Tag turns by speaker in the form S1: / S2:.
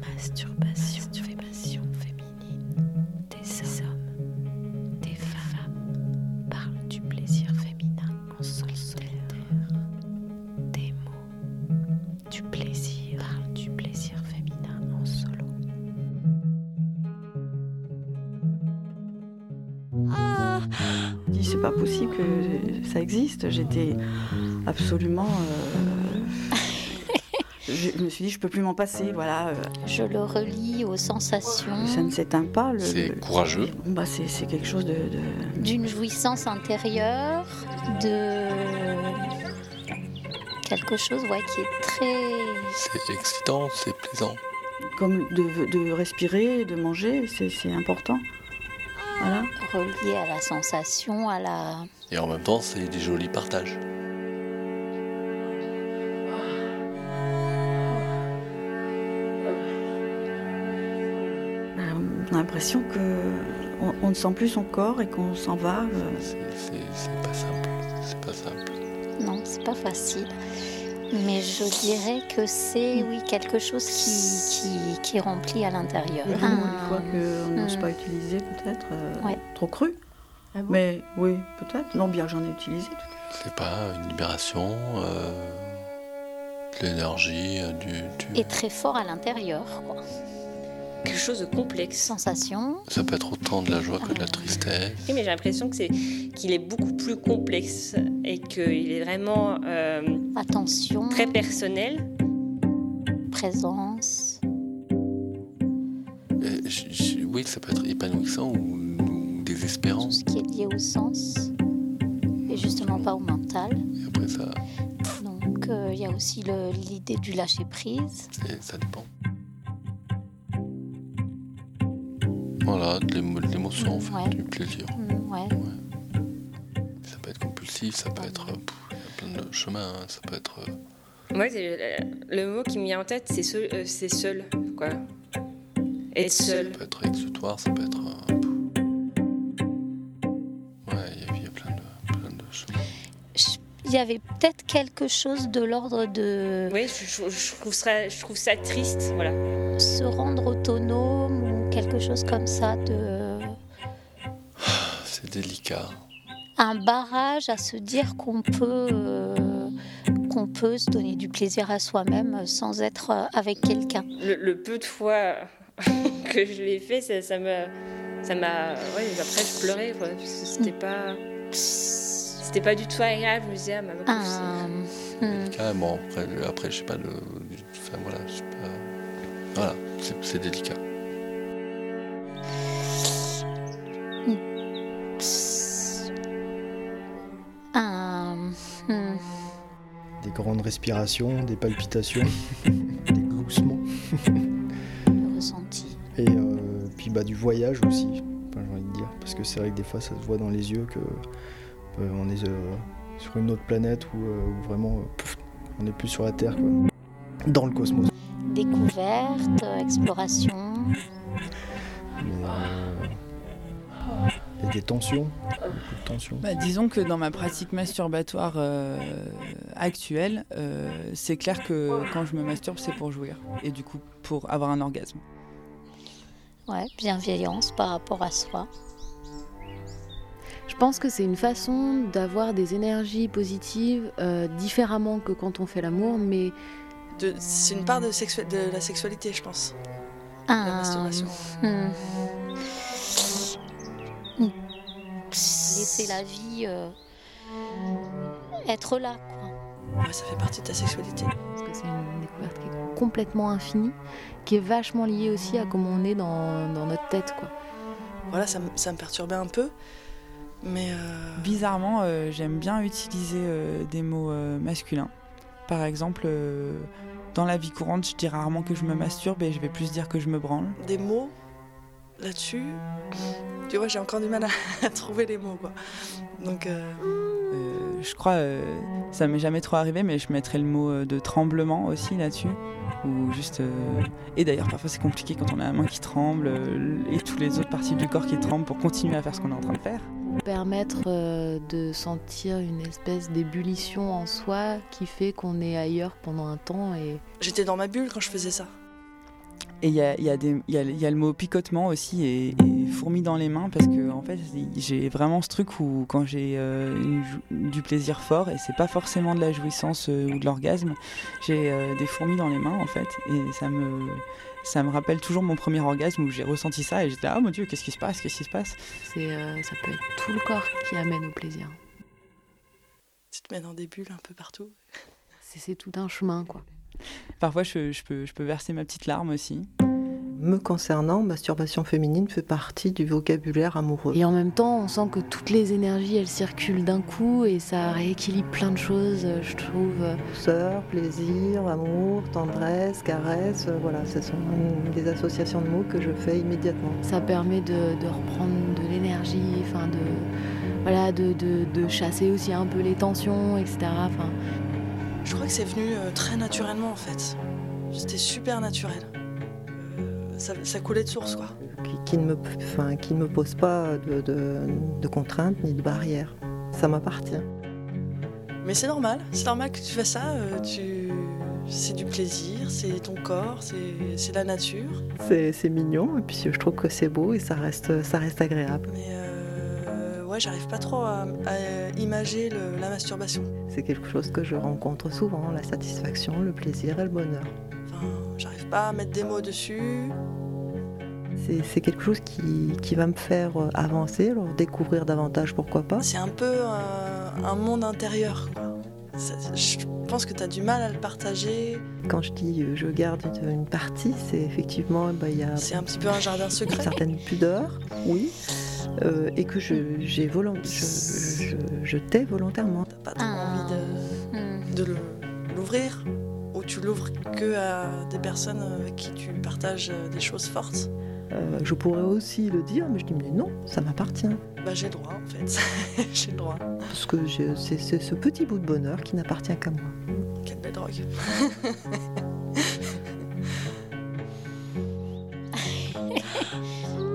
S1: masturbation, masturbation féminine, des hommes, des femmes, parlent du plaisir féminin en solitaire, des mots, du plaisir, parlent du plaisir féminin en solo.
S2: dit c'est pas possible que ça existe. J'étais absolument. euh, je me suis dit je peux plus m'en passer. Voilà, euh,
S3: Je le relie aux sensations
S2: ça ne s'éteint pas. le-
S4: C'est
S2: le-
S4: courageux.
S2: Bah c'est c'est quelque chose de. de-
S3: d'une jouissance intérieure, de quelque chose ouais, qui est très...
S4: C'est excitant, c'est plaisant.
S2: comme de, de respirer, de manger, c'est c'est important. Voilà.
S3: relié à la sensation, à la...
S4: Et en même temps, c'est des jolis partages.
S2: On a l'impression que on, on ne sent plus son corps et qu'on s'en va. euh,
S4: C'est- C'est c'est pas simple. C'est pas simple.
S3: Non, c'est pas facile. Mais je dirais que c'est oui quelque chose qui, qui, qui remplit à l'intérieur.
S2: Les mots, une fois qu'on n'ose
S3: Ah. Hmm.
S2: pas utiliser, peut-être euh,
S3: Ouais.
S2: trop cru.
S1: Ah bon
S2: Mais oui, peut-être. Non, bien que j'en ai utilisé. tout à l'heure.
S4: C'est pas une libération, euh, de l'énergie, euh, du. du-
S3: Et très fort à l'intérieur. quoi.
S1: Quelque chose de complexe.
S3: Sensation.
S4: Ça peut être autant de la joie que de la tristesse.
S1: Oui, mais j'ai l'impression que c'est qu'il est beaucoup plus complexe et qu'il est vraiment euh,
S3: Attention,
S1: très personnel.
S3: présence.
S4: Et j- j- oui, ça peut être épanouissant ou, ou
S3: Tout
S4: désespérant.
S3: ce qui est lié au sens et justement pas au mental.
S4: Et après, ça,
S3: Donc euh, il y a aussi le- l'idée du lâcher prise.
S4: c'est- ça dépend. Voilà, de l'émo- de l'émotion, en fait,
S3: Ouais.
S4: du plaisir.
S3: Hmm, ouais.
S4: Ça peut être compulsif, ça peut être. euh, pff, Il y a plein de chemins, hein. ça peut être. euh,
S1: Moi, c'est- euh, le mot qui me vient en tête, c'est seul, euh, c'est seul, quoi. Être seul.
S4: Ça peut être exutoire, ça peut être. euh, Ouais, il y a- il y, a plein de, plein de choses.
S3: Je- Il y avait peut-être quelque chose de l'ordre de
S1: Oui, je, je- je trouve ça, je trouve ça triste, voilà.
S3: se rendre autonome ou quelque chose comme ça de
S4: Ah, C'est délicat.
S3: un barrage à se dire qu'on peut euh, qu'on peut se donner du plaisir à soi-même sans être euh, avec quelqu'un.
S1: Le, le peu de fois que je l'ai fait, ça, ça m'a, ça m'a, ouais, après je pleurais, quoi, parce que c'était pas, c'était pas du tout agréable. Je me disais, ah, ma meuf,
S3: Un- hmm,
S4: Carrément. Après, je- après je sais pas. Le, enfin, voilà, je sais pas. Voilà, c'est- c'est délicat.
S3: un- hmm,
S5: Des grandes respirations, des palpitations, des gloussements.
S3: le ressenti.
S5: Et euh, puis bah, du voyage aussi, enfin, j'ai envie de dire. Parce que c'est vrai que des fois ça se voit dans les yeux que euh, on est euh, sur une autre planète ou euh, ou vraiment euh, pouf, on n'est plus sur la Terre. quoi. Dans le cosmos.
S3: Découverte, euh, exploration.
S5: Mais, euh, Il y a des tensions, beaucoup de tensions.
S6: Bah, disons que dans ma pratique masturbatoire euh, actuelle, euh, c'est clair que quand je me masturbe, c'est pour jouir et du coup pour avoir un orgasme.
S3: Ouais, bienveillance par rapport à soi.
S7: Je pense que c'est une façon d'avoir des énergies positives euh, différemment que quand on fait l'amour, mais
S8: De- c'est une part de, sexu- de la sexualité, je pense. La
S3: Un-
S8: masturbation.
S3: hmm. Laisser la vie euh, être là, quoi.
S8: Ouais, ça fait partie de ta sexualité.
S7: parce que c'est une découverte qui est complètement infinie, qui est vachement liée aussi à comment on est dans, dans notre tête. quoi.
S8: Voilà, ça, me- ça me perturbait un peu. Mais euh,
S6: Bizarrement, euh, j'aime bien utiliser euh, des mots euh, masculins. Par exemple, euh, dans la vie courante, je dis rarement que je me masturbe et je vais plus dire que je me branle.
S8: des mots là-dessus, tu vois, j'ai encore du mal à, à trouver les mots, quoi. Donc, euh,
S6: Euh, je crois, euh, ça m'est jamais trop arrivé, mais je mettrais le mot euh, de tremblement aussi là-dessus. Ou juste. euh, Et d'ailleurs, parfois c'est compliqué quand on a la main qui tremble euh, et toutes les autres parties du corps qui tremblent pour continuer à faire ce qu'on est en train de faire.
S7: Permettre euh, de sentir une espèce d'ébullition en soi qui fait qu'on est ailleurs pendant un temps et
S8: j'étais dans ma bulle quand je faisais ça.
S6: Et il y a, il y a des- il y a- il y a le mot picotement aussi et, et fourmi dans les mains parce que en fait j'ai vraiment ce truc où quand j'ai euh, une jou- du plaisir fort et c'est pas forcément de la jouissance euh, ou de l'orgasme, j'ai euh, des fourmis dans les mains en fait et ça me ça me rappelle toujours mon premier orgasme où j'ai ressenti ça et j'étais ah mon dieu qu'est-ce qui se passe qu'est-ce qui se passe
S7: C'est, euh, ça peut être tout le corps qui amène au plaisir.
S8: Tu te mets dans des bulles un peu partout.
S7: C'est, c'est tout un chemin, quoi.
S6: Parfois je, je peux je peux verser ma petite larme aussi.
S9: Me concernant, masturbation féminine fait partie du vocabulaire amoureux.
S7: Et en même temps, on sent que toutes les énergies, elles circulent d'un coup et ça rééquilibre plein de choses, euh, je trouve.
S9: Douceur, plaisir, amour, tendresse, caresse, euh, voilà, ce sont euh, des associations de mots que je fais immédiatement.
S7: Ça permet de, de reprendre de l'énergie, enfin de, voilà, de, de- de chasser aussi un peu les tensions, etc. Enfin,
S8: Je crois que c'est venu euh, très naturellement en fait. C'était super naturel. Euh, ça, ça coulait de source quoi.
S9: qui, qui ne me, enfin, qui ne me pose pas de, de- de contraintes ni de barrières. Ça m'appartient.
S8: Mais c'est normal, c'est normal que tu fasses ça. euh, tu... C'est du plaisir, c'est ton corps, c'est c'est la nature.
S9: C'est c'est mignon et puis je trouve que c'est beau et ça reste, ça reste agréable.
S8: Mais euh, ouais, j'arrive pas trop à, à imager le- la masturbation.
S9: C'est quelque chose que je rencontre souvent, la satisfaction, le plaisir et le bonheur.
S8: Enfin, j'arrive pas à mettre des mots dessus.
S9: C'est c'est quelque chose qui, qui va me faire euh, avancer, alors découvrir davantage pourquoi pas.
S8: C'est un peu euh, un monde intérieur. quoi. Ça- Je pense que t'as du mal à le partager.
S9: Quand je dis euh, je garde une, une partie, c'est effectivement, eh ben, il y a
S8: C'est un petit peu un jardin
S9: une
S8: secret.
S9: certaine pudeur, oui, euh, et que je, j'ai volon- je, je, je tais volontairement.
S8: T'as pas trop
S3: Ah.
S8: envie de,
S3: Hmm.
S8: de le- l'ouvrir. Ou tu l'ouvres que à des personnes avec qui tu partages euh, des choses fortes.
S9: Euh, je pourrais aussi le dire, mais je dis mais non, ça m'appartient.
S8: Bah j'ai le droit en fait. j'ai le droit.
S9: Parce que je- c'est c'est ce petit bout de bonheur qui n'appartient qu'à moi.
S8: Quelle belle drogue.
S3: hmm.